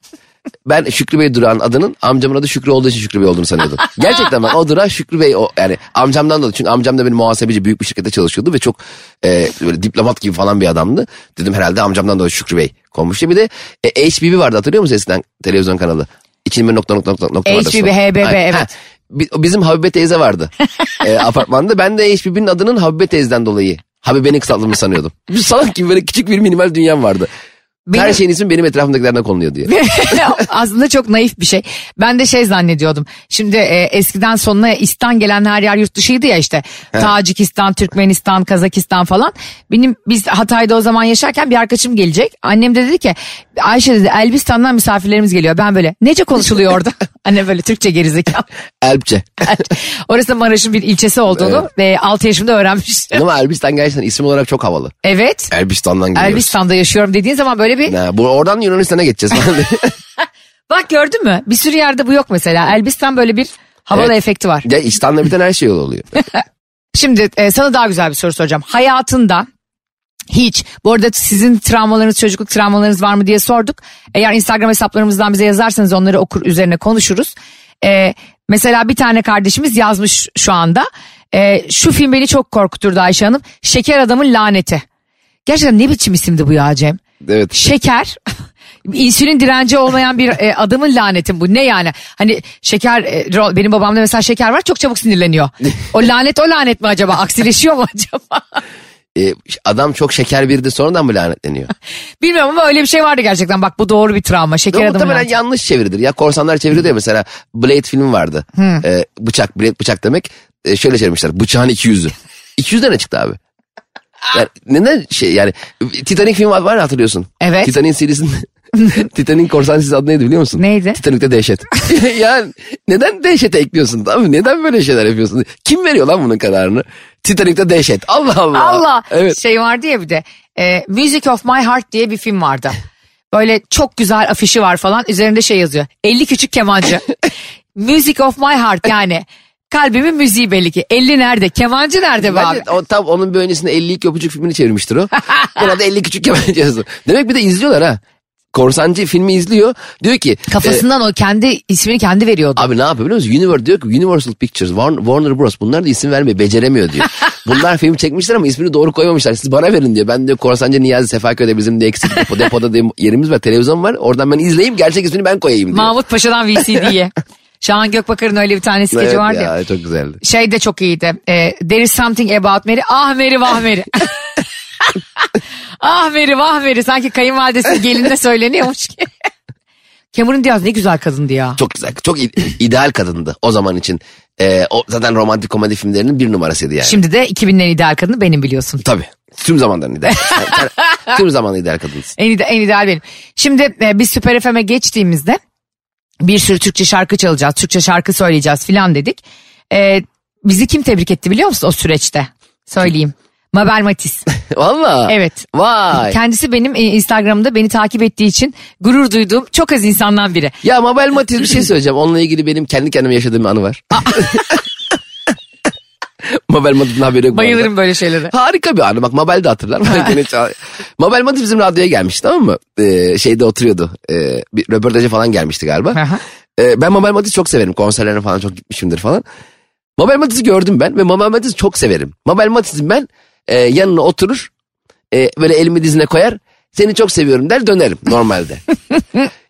Speaker 3: Ben Şükrü Bey durağın adının amcamın adı Şükrü olduğu için Şükrü Bey olduğunu sanıyordum. Gerçekten ben o durağı Şükrü Bey o, yani amcamdan da çünkü amcam da benim muhasebeci büyük bir şirkette çalışıyordu ve çok e, böyle diplomat gibi falan bir adamdı. Dedim herhalde amcamdan da Şükrü Bey konmuştu. Bir de e, HBB vardı hatırlıyor musun eskiden televizyon kanalı? İçinde bir nokta nokta nokta nokta vardı.
Speaker 2: HBB, HBB,
Speaker 3: Aynen.
Speaker 2: evet.
Speaker 3: Ha, Bi- Bizim Habibe teyze vardı e, apartmanda. Ben de HBB'nin adının Habibe teyzeden dolayı Habibe'nin kısaltılımı sanıyordum. Bir salak gibi böyle küçük bir minimal dünyam vardı. Her
Speaker 2: Benim-
Speaker 3: şeyin ismi benim etrafımdakilerden konuluyor diye.
Speaker 2: Aslında çok naif bir şey. Ben de şey zannediyordum. Şimdi e, eskiden sonuna İstan gelen her yer yurt dışıydı ya işte. Tacikistan, Türkmenistan, Kazakistan falan. Benim biz Hatay'da o zaman yaşarken bir arkadaşım gelecek. Annem de dedi ki Ayşe dedi Elbistan'dan misafirlerimiz geliyor. Ben böyle nece konuşuluyor orada? Anne böyle Türkçe gerizekalı.
Speaker 3: Elbçe.
Speaker 2: Orası da Maraş'ın bir ilçesi olduğunu ve 6 yaşımda öğrenmiş.
Speaker 3: Ama Elbistan gerçekten isim olarak çok havalı.
Speaker 2: evet.
Speaker 3: Elbistan'dan geliyoruz.
Speaker 2: Elbistan'da yaşıyorum dediğin zaman böyle bir
Speaker 3: Ha, bu, oradan Yunanistan'a geçeceğiz.
Speaker 2: bak gördün mü? Bir sürü yerde bu yok mesela. Elbistan böyle bir havalı
Speaker 3: Evet.
Speaker 2: efekti var.
Speaker 3: ya İstan'da biten her şey oluyor.
Speaker 2: Şimdi e, sana daha güzel bir soru soracağım. Hayatında hiç bu arada sizin travmalarınız çocukluk travmalarınız var mı diye sorduk. Eğer Instagram hesaplarımızdan bize yazarsanız onları okur üzerine konuşuruz. E, mesela bir tane kardeşimiz yazmış şu anda. E, şu film beni çok korkuturdu Ayşe Hanım. Şeker Adamın Laneti. Gerçekten ne biçim isimdi bu ya Cem?
Speaker 3: Evet.
Speaker 2: şeker insülin direnci olmayan bir e, adamın lanetin bu ne yani hani şeker e, ro- benim babamda mesela şeker var çok çabuk sinirleniyor o lanet o lanet mi acaba aksileşiyor mu acaba
Speaker 3: E, adam çok şeker birdi sonradan mı lanetleniyor?
Speaker 2: bilmiyorum ama öyle bir şey vardı gerçekten bak bu doğru bir travma şeker
Speaker 3: Yok,
Speaker 2: adamın
Speaker 3: muhtemelen
Speaker 2: laneti.
Speaker 3: yanlış çeviridir. Ya korsanlar çeviriyordu ya mesela Blade filmi vardı. E, bıçak, Blade bıçak demek. E, şöyle çevirmişler. Bıçağın iki yüzü. İki yüzden ne çıktı abi? Yani neden şey yani Titanic filmi var var ya, hatırlıyorsun.
Speaker 2: Evet.
Speaker 3: Titanic'in serisinde. Titanic'in korsan serisi adı neydi biliyor musun?
Speaker 2: Neydi?
Speaker 3: Titanic'te dehşet. yani neden dehşete ekliyorsun? Abi neden böyle şeyler yapıyorsun? Kim veriyor lan bunun kararını? Titanic'te dehşet. Allah Allah.
Speaker 2: Allah
Speaker 3: Evet.
Speaker 2: şey vardı ya bir de e, Music of My Heart diye bir film vardı Böyle çok güzel afişi var falan. Üzerinde şey yazıyor. 50 küçük kemancı. Music of my heart yani. Kalbimin müziği belli ki. 50 nerede? Kemancı nerede be abi?
Speaker 3: Bence o, tam onun bir öncesinde 52 öpücük filmini çevirmiştir o. Buna da 50 küçük kemancı yazdı. Demek bir de izliyorlar ha. Korsancı filmi izliyor. Diyor ki e,
Speaker 2: Kafasından o kendi ismini kendi veriyordu.
Speaker 3: Abi ne yapıyor biliyor musun? Univer diyor ki Universal Pictures, Warner, Warner Bros. Bunlar da isim vermiyor, beceremiyor diyor. Bunlar film çekmişler ama ismini doğru koymamışlar. Siz bana verin diyor. Ben diyor Korsancı Niyazi Sefaköy'de bizim de eksik depo, depoda diye yerimiz var, televizyon var. Oradan ben izleyeyim, gerçek ismini ben koyayım diyor.
Speaker 2: Mahmut Paşa'dan VCD'ye. Şahan Gökbakar'ın öyle bir tane skeci
Speaker 3: Evet
Speaker 2: vardı. ya.
Speaker 3: ya, çok güzeldi.
Speaker 2: Şey de çok iyiydi. E, There is something about Mary. Ah Mary vah Mary. ah Mary vah Mary. Sanki kayınvalidesi gelinine söyleniyormuş ki. Cameron Diaz ne güzel kadındı ya.
Speaker 3: Çok güzel, çok i- ideal kadındı o zaman için. E, o zaten romantik komedi filmlerinin bir numarasıydı yani.
Speaker 2: Şimdi de 2000'lerin ideal kadını benim biliyorsun.
Speaker 3: Tabii. Tüm zamandan ideal. Sen- sen tüm zaman ideal kadınsın.
Speaker 2: En, ide- en ideal benim. Şimdi e, biz Süper FM'e geçtiğimizde bir sürü Türkçe şarkı çalacağız, Türkçe şarkı söyleyeceğiz filan dedik. E, bizi kim tebrik etti biliyor musun o süreçte? Söyleyeyim. Mabel Matiz.
Speaker 3: Valla.
Speaker 2: Evet.
Speaker 3: Vay.
Speaker 2: Kendisi benim e, Instagram'da beni takip ettiği için gurur duyduğum çok az insandan biri.
Speaker 3: Ya Mabel Matiz bir şey söyleyeceğim. Onunla ilgili benim kendi kendime yaşadığım bir anı var. Mabel Matiz'in haberi yok. bu arada.
Speaker 2: Bayılırım böyle şeylere. Harika
Speaker 3: Harika bir anı. Bak Mabel de hatırlar. Gene çağır- Mabel Matiz bizim radyoya gelmiş tamam mı? Ee, şeyde oturuyordu. Ee, bir röportaja falan gelmişti galiba.
Speaker 2: Aha.
Speaker 3: Ee, ben Mabel Matiz'i çok severim. Konserlerine falan çok gitmişimdir falan. Mabel Matiz'i gördüm ben ve Mabel Matiz'i çok severim. Mabel Matiz'i ben e, yanına oturur. e, böyle elimi dizine koyar. Seni çok seviyorum der dönerim normalde.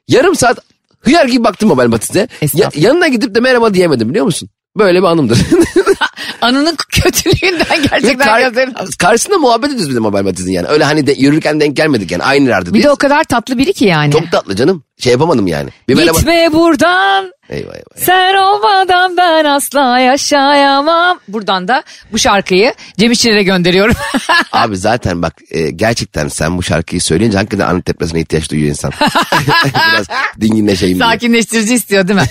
Speaker 3: Yarım saat hıyar gibi baktım Mabel Matiz'e. Ya-
Speaker 2: Estağfurullah.
Speaker 3: yanına gidip de merhaba diyemedim biliyor musun? Böyle bir anımdır.
Speaker 2: Anının kötülüğünden
Speaker 3: Ve
Speaker 2: gerçekten
Speaker 3: kar-
Speaker 2: gözlerim.
Speaker 3: karşısında muhabbet ediyoruz bizim Mabel Matiz'in yani. Öyle hani de, yürürken denk gelmedik yani. Aynı yerde
Speaker 2: Bir
Speaker 3: değiliz.
Speaker 2: de o kadar tatlı biri ki yani.
Speaker 3: Çok tatlı canım. Şey yapamadım yani. Bir merhaba.
Speaker 2: Gitme buradan
Speaker 3: Eyvah eyvah.
Speaker 2: sen olmadan ben asla yaşayamam. Buradan da bu şarkıyı Cem İşçilere gönderiyorum.
Speaker 3: Abi zaten bak e, gerçekten sen bu şarkıyı söyleyince hakikaten anı depresyona ihtiyaç duyuyor insan. Biraz dinginleşeyim diye.
Speaker 2: Sakinleştirici istiyor değil mi?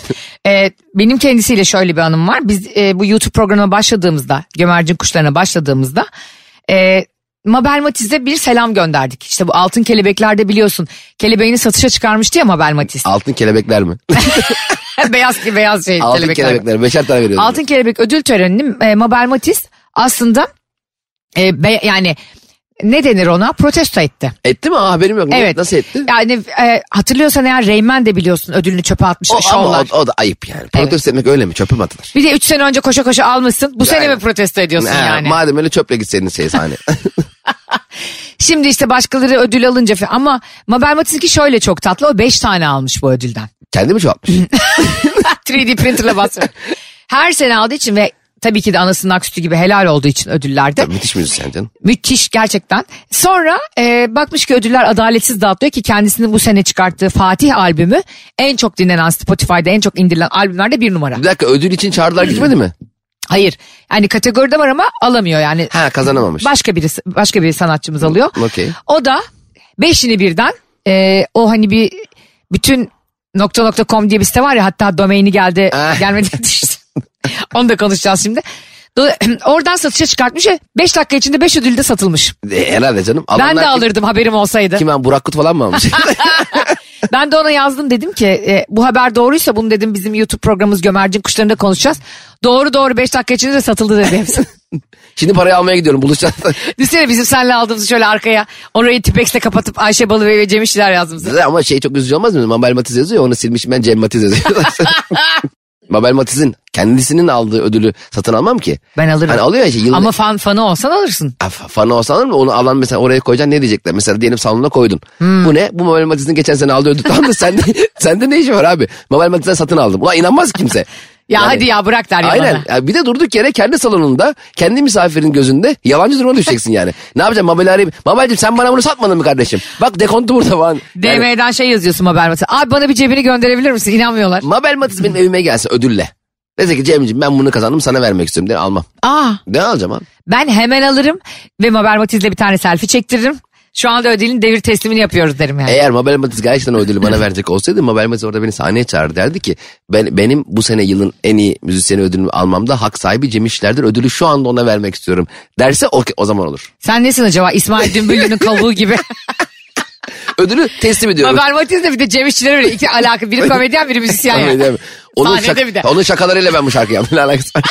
Speaker 2: Ee, benim kendisiyle şöyle bir anım var. Biz e, bu YouTube programına başladığımızda, Gömercin Kuşlarına başladığımızda... E, Mabel Matiz'e bir selam gönderdik. İşte bu altın kelebeklerde biliyorsun kelebeğini satışa çıkarmıştı ya Mabel Matiz.
Speaker 3: Altın kelebekler mi?
Speaker 2: beyaz beyaz şey
Speaker 3: Altın
Speaker 2: kelebekler.
Speaker 3: kelebekler. Beşer tane veriyorum.
Speaker 2: Altın Kelebek ödül töreninin e, Mabel Matiz aslında e, be- yani ne denir ona protesto etti.
Speaker 3: Etti mi? Aa, haberim yok. Ne-
Speaker 2: Evet.
Speaker 3: Nasıl etti?
Speaker 2: Yani e, hatırlıyorsan eğer Reymen de biliyorsun ödülünü çöpe atmış
Speaker 3: o, ama
Speaker 2: şovlar.
Speaker 3: o, o da ayıp yani. Protesto etmek öyle mi? Çöpe mi atılır?
Speaker 2: Bir de 3 sene önce koşa koşa almışsın. Bu sene
Speaker 3: Yani.
Speaker 2: mi protesto ediyorsun
Speaker 3: Ha,
Speaker 2: yani?
Speaker 3: Madem öyle çöple gitseydin şey sahne.
Speaker 2: Şimdi işte başkaları ödül alınca falan. Ama Mabel Matiz'inki şöyle çok tatlı. O 5 tane almış bu ödülden.
Speaker 3: Kendi mi çoğaltmış?
Speaker 2: 3D printerla basıyor. Her sene aldığı için ve tabii ki de anasının ak sütü gibi helal olduğu için ödüllerde.
Speaker 3: Müthiş müzisyen canım.
Speaker 2: Müthiş gerçekten. Sonra e, bakmış ki ödüller adaletsiz dağıtılıyor ki kendisinin bu sene çıkarttığı Fatih albümü en çok dinlenen Spotify'da en çok indirilen albümlerde bir numara.
Speaker 3: Bir dakika ödül için çağrılar gitmedi mi?
Speaker 2: Hayır yani kategoride var ama alamıyor yani.
Speaker 3: Ha kazanamamış.
Speaker 2: Başka biri başka bir sanatçımız alıyor.
Speaker 3: okey.
Speaker 2: O da beşini birden e, o hani bir bütün nokta nokta com diye bir site var ya hatta domaini geldi
Speaker 3: Ah.
Speaker 2: gelmedi düştü. Onu da konuşacağız şimdi. Do- Oradan satışa çıkartmış ve 5 dakika içinde 5 ödülde satılmış.
Speaker 3: E, herhalde canım.
Speaker 2: Ben
Speaker 3: Alanlar
Speaker 2: de
Speaker 3: kim-
Speaker 2: alırdım haberim olsaydı.
Speaker 3: Kim ben Burak Kut falan mı almış?
Speaker 2: Ben de ona yazdım dedim ki e, bu haber doğruysa bunu dedim bizim YouTube programımız Gömercin Kuşları'nda konuşacağız. Doğru doğru 5 dakika içinde de satıldı dedi hepsi.
Speaker 3: Şimdi parayı almaya gidiyorum buluşacağız.
Speaker 2: Düşünsene bizim seninle aldığımızı şöyle arkaya orayı tipexle kapatıp Ayşe Balı ve Cem İşçiler yazdım.
Speaker 3: Ama şey çok üzücü olmaz mı? Mabel Matiz yazıyor onu silmişim ben Cem Matiz yazıyor. Mabel Matiz'in kendisinin aldığı ödülü satın almam ki.
Speaker 2: Ben alırım.
Speaker 3: Hani alıyor ya şey yılın
Speaker 2: Ama fan fanı olsan alırsın.
Speaker 3: Ha, fa- fanı olsa alır mı? Onu alan mesela oraya koyacaksın ne diyecekler? Mesela diyelim salonuna koydun.
Speaker 2: Hmm.
Speaker 3: Bu ne? Bu Mabel Matiz'in geçen sene aldığı ödül. Tamam da sende, sende ne işi var abi? Mabel Matiz'den satın aldım. Ulan inanmaz kimse.
Speaker 2: Ya
Speaker 3: Yani-
Speaker 2: hadi ya bırak der ya
Speaker 3: Aynen.
Speaker 2: bana.
Speaker 3: Ya bir de durduk yere kendi salonunda kendi misafirin gözünde yalancı duruma düşeceksin yani. ne yapacağım Mabel arayıp Mabel'cim sen bana bunu satmadın mı kardeşim? Bak dekontu burada falan. Yani,
Speaker 2: DM'den şey yazıyorsun haber mesela. Abi bana bir cebini gönderebilir misin? İnanmıyorlar.
Speaker 3: Mabel Matiz benim evime gelse ödülle. Dese ki Cem'ciğim ben bunu kazandım sana vermek istiyorum. De, almam.
Speaker 2: Aa
Speaker 3: Ne alacağım abi?
Speaker 2: ben hemen alırım ve Mabel Matiz'le bir tane selfie çektiririm. Şu anda ödülün devir teslimini yapıyoruz derim yani.
Speaker 3: Eğer Mabel Matiz gerçekten o ödülü bana verecek olsaydı Mabel Matiz orada beni sahneye çağırır derdi ki ben, benim bu sene yılın en iyi müzisyeni ödülünü almamda hak sahibi Cem İşçiler'dir. Ödülü şu anda ona vermek istiyorum derse o, o zaman olur.
Speaker 2: Sen nesin acaba İsmail Dümbüllü'nün kavuğu gibi?
Speaker 3: ödülü teslim ediyorum.
Speaker 2: Ben Matiz de bir de Cem İşçilere böyle iki alaka. Biri komedyen biri müzisyen ya.
Speaker 3: Komedyen mi? Onun,
Speaker 2: Sahnede
Speaker 3: şak-
Speaker 2: bir de.
Speaker 3: onun şakalarıyla ben bu şarkı yaptım. Ne alakası var?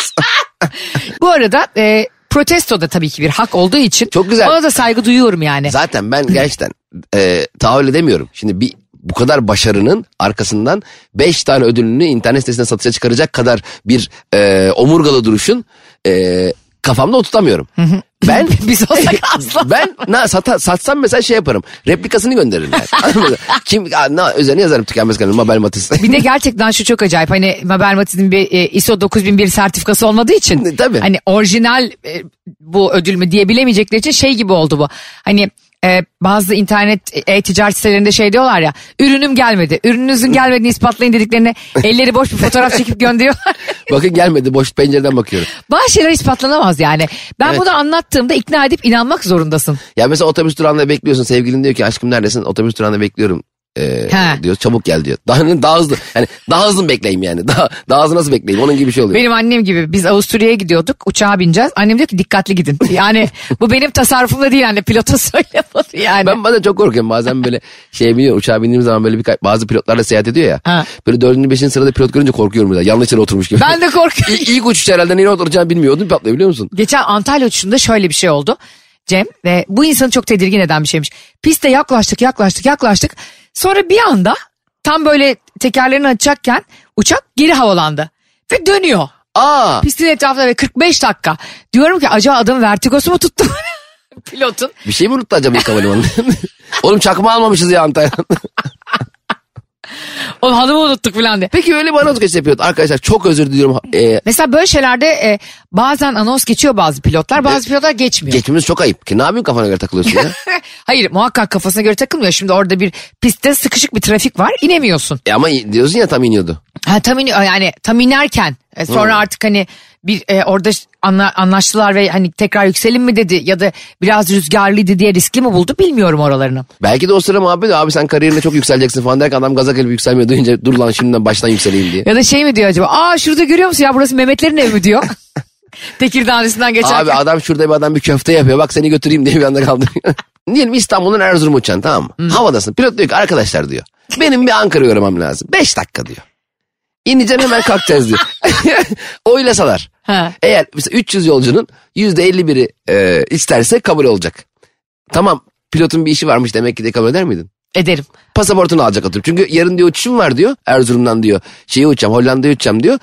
Speaker 2: Bu arada e, protesto da tabii ki bir hak olduğu için.
Speaker 3: Çok güzel.
Speaker 2: Ona da saygı duyuyorum yani.
Speaker 3: Zaten ben gerçekten e, tahammül edemiyorum. Şimdi bir bu kadar başarının arkasından 5 tane ödülünü internet sitesine satışa çıkaracak kadar bir e, omurgalı duruşun e, kafamda oturtamıyorum. Ben
Speaker 2: Biz olsak asla.
Speaker 3: ben na, sata, satsam mesela şey yaparım. Replikasını gönderirim yani. Anladın mı? Kim a, na, üzerine yazarım tükenmez kanalı Mabel Matiz.
Speaker 2: Bir de gerçekten şu çok acayip hani Mabel Matiz'in bir e, ISO 9001 sertifikası olmadığı için.
Speaker 3: Ne, tabii.
Speaker 2: Hani orijinal e, bu ödül mü diyebilemeyecekleri için şey gibi oldu bu. Hani e, bazı internet e-ticaret sitelerinde şey diyorlar ya ürünüm gelmedi. Ürününüzün gelmediğini ispatlayın dediklerine elleri boş bir fotoğraf çekip gönderiyorlar.
Speaker 3: Bakın gelmedi boş pencereden bakıyorum.
Speaker 2: Bazı şeyler ispatlanamaz yani. Ben
Speaker 3: Evet.
Speaker 2: bunu anlattığımda ikna edip inanmak zorundasın.
Speaker 3: Ya mesela otobüs durağında bekliyorsun sevgilin diyor ki aşkım neredesin otobüs durağında bekliyorum ee,
Speaker 2: He.
Speaker 3: diyor çabuk gel diyor. Daha, ne- daha hızlı yani daha hızlı mı bekleyeyim yani daha, daha hızlı nasıl bekleyeyim onun gibi bir şey oluyor.
Speaker 2: Benim annem gibi biz Avusturya'ya gidiyorduk uçağa bineceğiz. Annem diyor ki dikkatli gidin. Yani bu benim tasarrufumda değil anne pilota söyle bunu yani.
Speaker 3: Ben bazen çok korkuyorum bazen böyle şey biniyor uçağa bindiğim zaman böyle bir bazı pilotlarla seyahat ediyor ya.
Speaker 2: Ha.
Speaker 3: Böyle dördüncü beşinci sırada pilot görünce korkuyorum biraz yanlış yere oturmuş gibi.
Speaker 2: Ben de korkuyorum.
Speaker 3: İlk, ilk uçuş herhalde nereye oturacağını bilmiyordum patlıyor biliyor musun?
Speaker 2: Geçen Antalya uçuşunda şöyle bir şey oldu. Cem ve bu insanı çok tedirgin eden bir şeymiş. Piste yaklaştık yaklaştık yaklaştık. Sonra bir anda tam böyle tekerlerini açacakken uçak geri havalandı. Ve dönüyor.
Speaker 3: Aa
Speaker 2: Pistin etrafında ve 45 dakika. Diyorum ki acaba adamın vertigosu mu tuttu? Pilotun.
Speaker 3: bir şey mi unuttu acaba ilk havalimanında? Oğlum çakma almamışız ya Antalya'dan.
Speaker 2: Oğlum hanımı unuttuk falan diye.
Speaker 3: Peki öyle bir anons geçti pilot. Arkadaşlar çok özür diliyorum. Ee,
Speaker 2: Mesela böyle şeylerde e, bazen anons geçiyor bazı pilotlar bazı pilotlar geçmiyor.
Speaker 3: geçmemiz çok ayıp. Ki ne yapayım kafana göre takılıyorsun ya?
Speaker 2: Hayır muhakkak kafasına göre takılmıyor. Şimdi orada bir pistte sıkışık bir trafik var inemiyorsun.
Speaker 3: E ama diyorsun ya tam iniyordu.
Speaker 2: Ha, tam in- yani tam inerken e, sonra artık hani bir e, orada ş- anla- anlaştılar ve hani tekrar yükselin mi dedi ya da biraz rüzgarlıydı diye riskli mi buldu bilmiyorum oralarını.
Speaker 3: Belki de o sıra muhabbet abi sen kariyerinde çok yükseleceksin falan derken adam gaza gelip yükselmiyor duyunca dur lan şimdiden baştan yükseleyim diye.
Speaker 2: Ya da şey mi diyor acaba aa şurada görüyor musun ya burası Mehmetlerin evi mi diyor. Tekirdağ üstünden geçerken.
Speaker 3: Abi adam şurada bir adam bir köfte yapıyor bak seni götüreyim diye bir anda kaldı. Diyelim İstanbul'dan Erzurum uçacaksın tamam mı? Havadasın. Pilot diyor ki arkadaşlar diyor. Benim bir Ankara görmem lazım. 5 dakika diyor. İneceksin hemen kalkacağız diyor. Oylasalar.
Speaker 2: Ha.
Speaker 3: Eğer mesela 300 yolcunun %51'i e, isterse kabul olacak. Tamam pilotun bir işi varmış demek ki de kabul eder miydin?
Speaker 2: Ederim.
Speaker 3: pasaportunu alacak atıyorum. Çünkü yarın diyor uçuşum var diyor. Erzurum'dan diyor. Şeye uçacağım Hollanda'ya uçacağım diyor.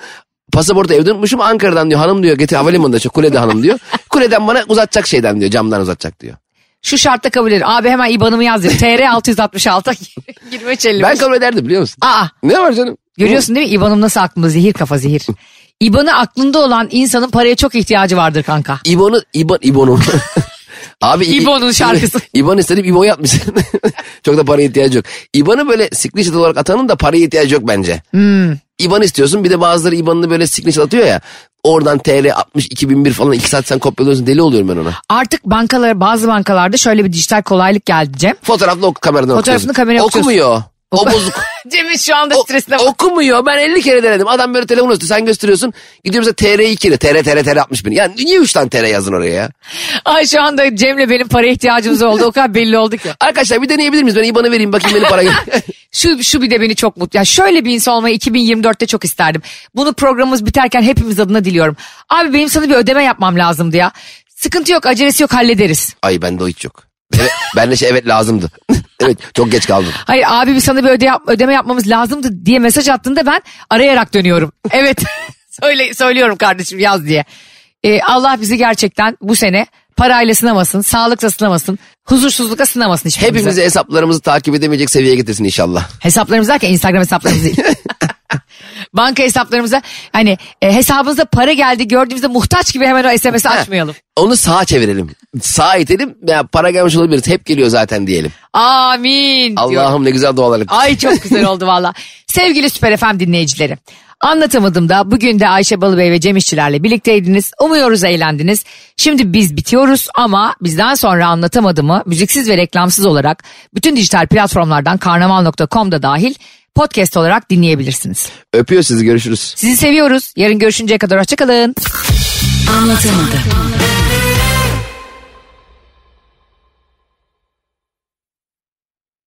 Speaker 3: Pasaportu evde unutmuşum Ankara'dan diyor hanım diyor. Getir havalimanında şu kulede hanım diyor. Kuleden bana uzatacak şeyden diyor camdan uzatacak diyor.
Speaker 2: Şu şartta kabul ederim. Abi hemen IBAN'ımı yaz diyor. TR 666 23 elli
Speaker 3: Ben
Speaker 2: beş.
Speaker 3: kabul ederdim biliyor musun?
Speaker 2: Aa
Speaker 3: Ne var canım?
Speaker 2: görüyorsun değil mi İBAN'ım nasıl aklımda zehir kafa zehir. İBAN'ı aklında olan insanın paraya çok ihtiyacı vardır kanka.
Speaker 3: İbon'u, İbon, İbon'u. Abi İ-
Speaker 2: İbo'nun şarkısı.
Speaker 3: İbon istedim İbon yapmışsın. Çok da paraya ihtiyacı yok. İbon'u böyle signature olarak atanın da paraya ihtiyacı yok bence. İbon istiyorsun bir de bazıları İbon'unu böyle signature atıyor ya. Oradan TL 60 2001 falan 2 saat sen kopyalıyorsun deli oluyorum ben ona.
Speaker 2: Artık bankalar bazı bankalarda şöyle bir dijital kolaylık geldi Cem.
Speaker 3: Fotoğrafla ok kameradan
Speaker 2: Fotoğrafını
Speaker 3: okutuyorsun.
Speaker 2: kameraya okutuyorsun.
Speaker 3: Okumuyor. O bozuk.
Speaker 2: Cem'in şu anda
Speaker 3: O-
Speaker 2: stresine bak.
Speaker 3: okumuyor. Ben 50 kere denedim. Adam böyle telefonu üstü. Sen gösteriyorsun. Gidiyor mesela TR2 kere. TR TR TR 60 bin. Ya niye 3 tane TR yazın oraya ya?
Speaker 2: Ay şu anda Cem'le benim paraya ihtiyacımız oldu. O kadar belli oldu ki.
Speaker 3: Arkadaşlar bir deneyebilir miyiz? Ben IBAN'ı vereyim bakayım benim para gel-
Speaker 2: Şu, şu bir de beni çok mutlu. Ya şöyle bir insan olmayı 2024'te çok isterdim. Bunu programımız biterken hepimiz adına diliyorum. Abi benim sana bir ödeme yapmam lazımdı ya. Sıkıntı yok, acelesi yok hallederiz.
Speaker 3: Ay bende o hiç yok. Evet, ben de şey evet lazımdı. evet çok geç kaldım.
Speaker 2: Hayır abi bir sana bir öde yap- ödeme yapmamız lazımdı diye mesaj attığında ben arayarak dönüyorum. Evet söyle söylüyorum kardeşim yaz diye. Ee, Allah bizi gerçekten bu sene parayla sınamasın, sağlıkla sınamasın, huzursuzlukla sınamasın hiçbirimizi.
Speaker 3: Hepimizi hesaplarımızı takip edemeyecek seviyeye getirsin inşallah.
Speaker 2: Hesaplarımız derken Instagram hesaplarımız değil. Banka hesaplarımıza hani e, hesabınıza para geldi gördüğümüzde muhtaç gibi hemen o SMS'i açmayalım.
Speaker 3: Onu sağa çevirelim. Sağa itelim. Ya para gelmiş olabiliriz. Hep geliyor zaten diyelim.
Speaker 2: Amin diyorum.
Speaker 3: Allah'ım ne güzel dualar ettik.
Speaker 2: Ay çok güzel oldu valla. Sevgili Süper FM dinleyicileri. Anlatamadım da bugün de Ayşe Balıbey ve Cem İşçilerle birlikteydiniz. Umuyoruz eğlendiniz. Şimdi biz bitiyoruz ama bizden sonra anlatamadımı müziksiz ve reklamsız olarak bütün dijital platformlardan karnaval.com'da dahil podcast olarak dinleyebilirsiniz.
Speaker 3: Öpüyor sizi görüşürüz.
Speaker 2: Sizi seviyoruz. Yarın görüşünceye kadar hoşçakalın.
Speaker 4: Anlatamadım.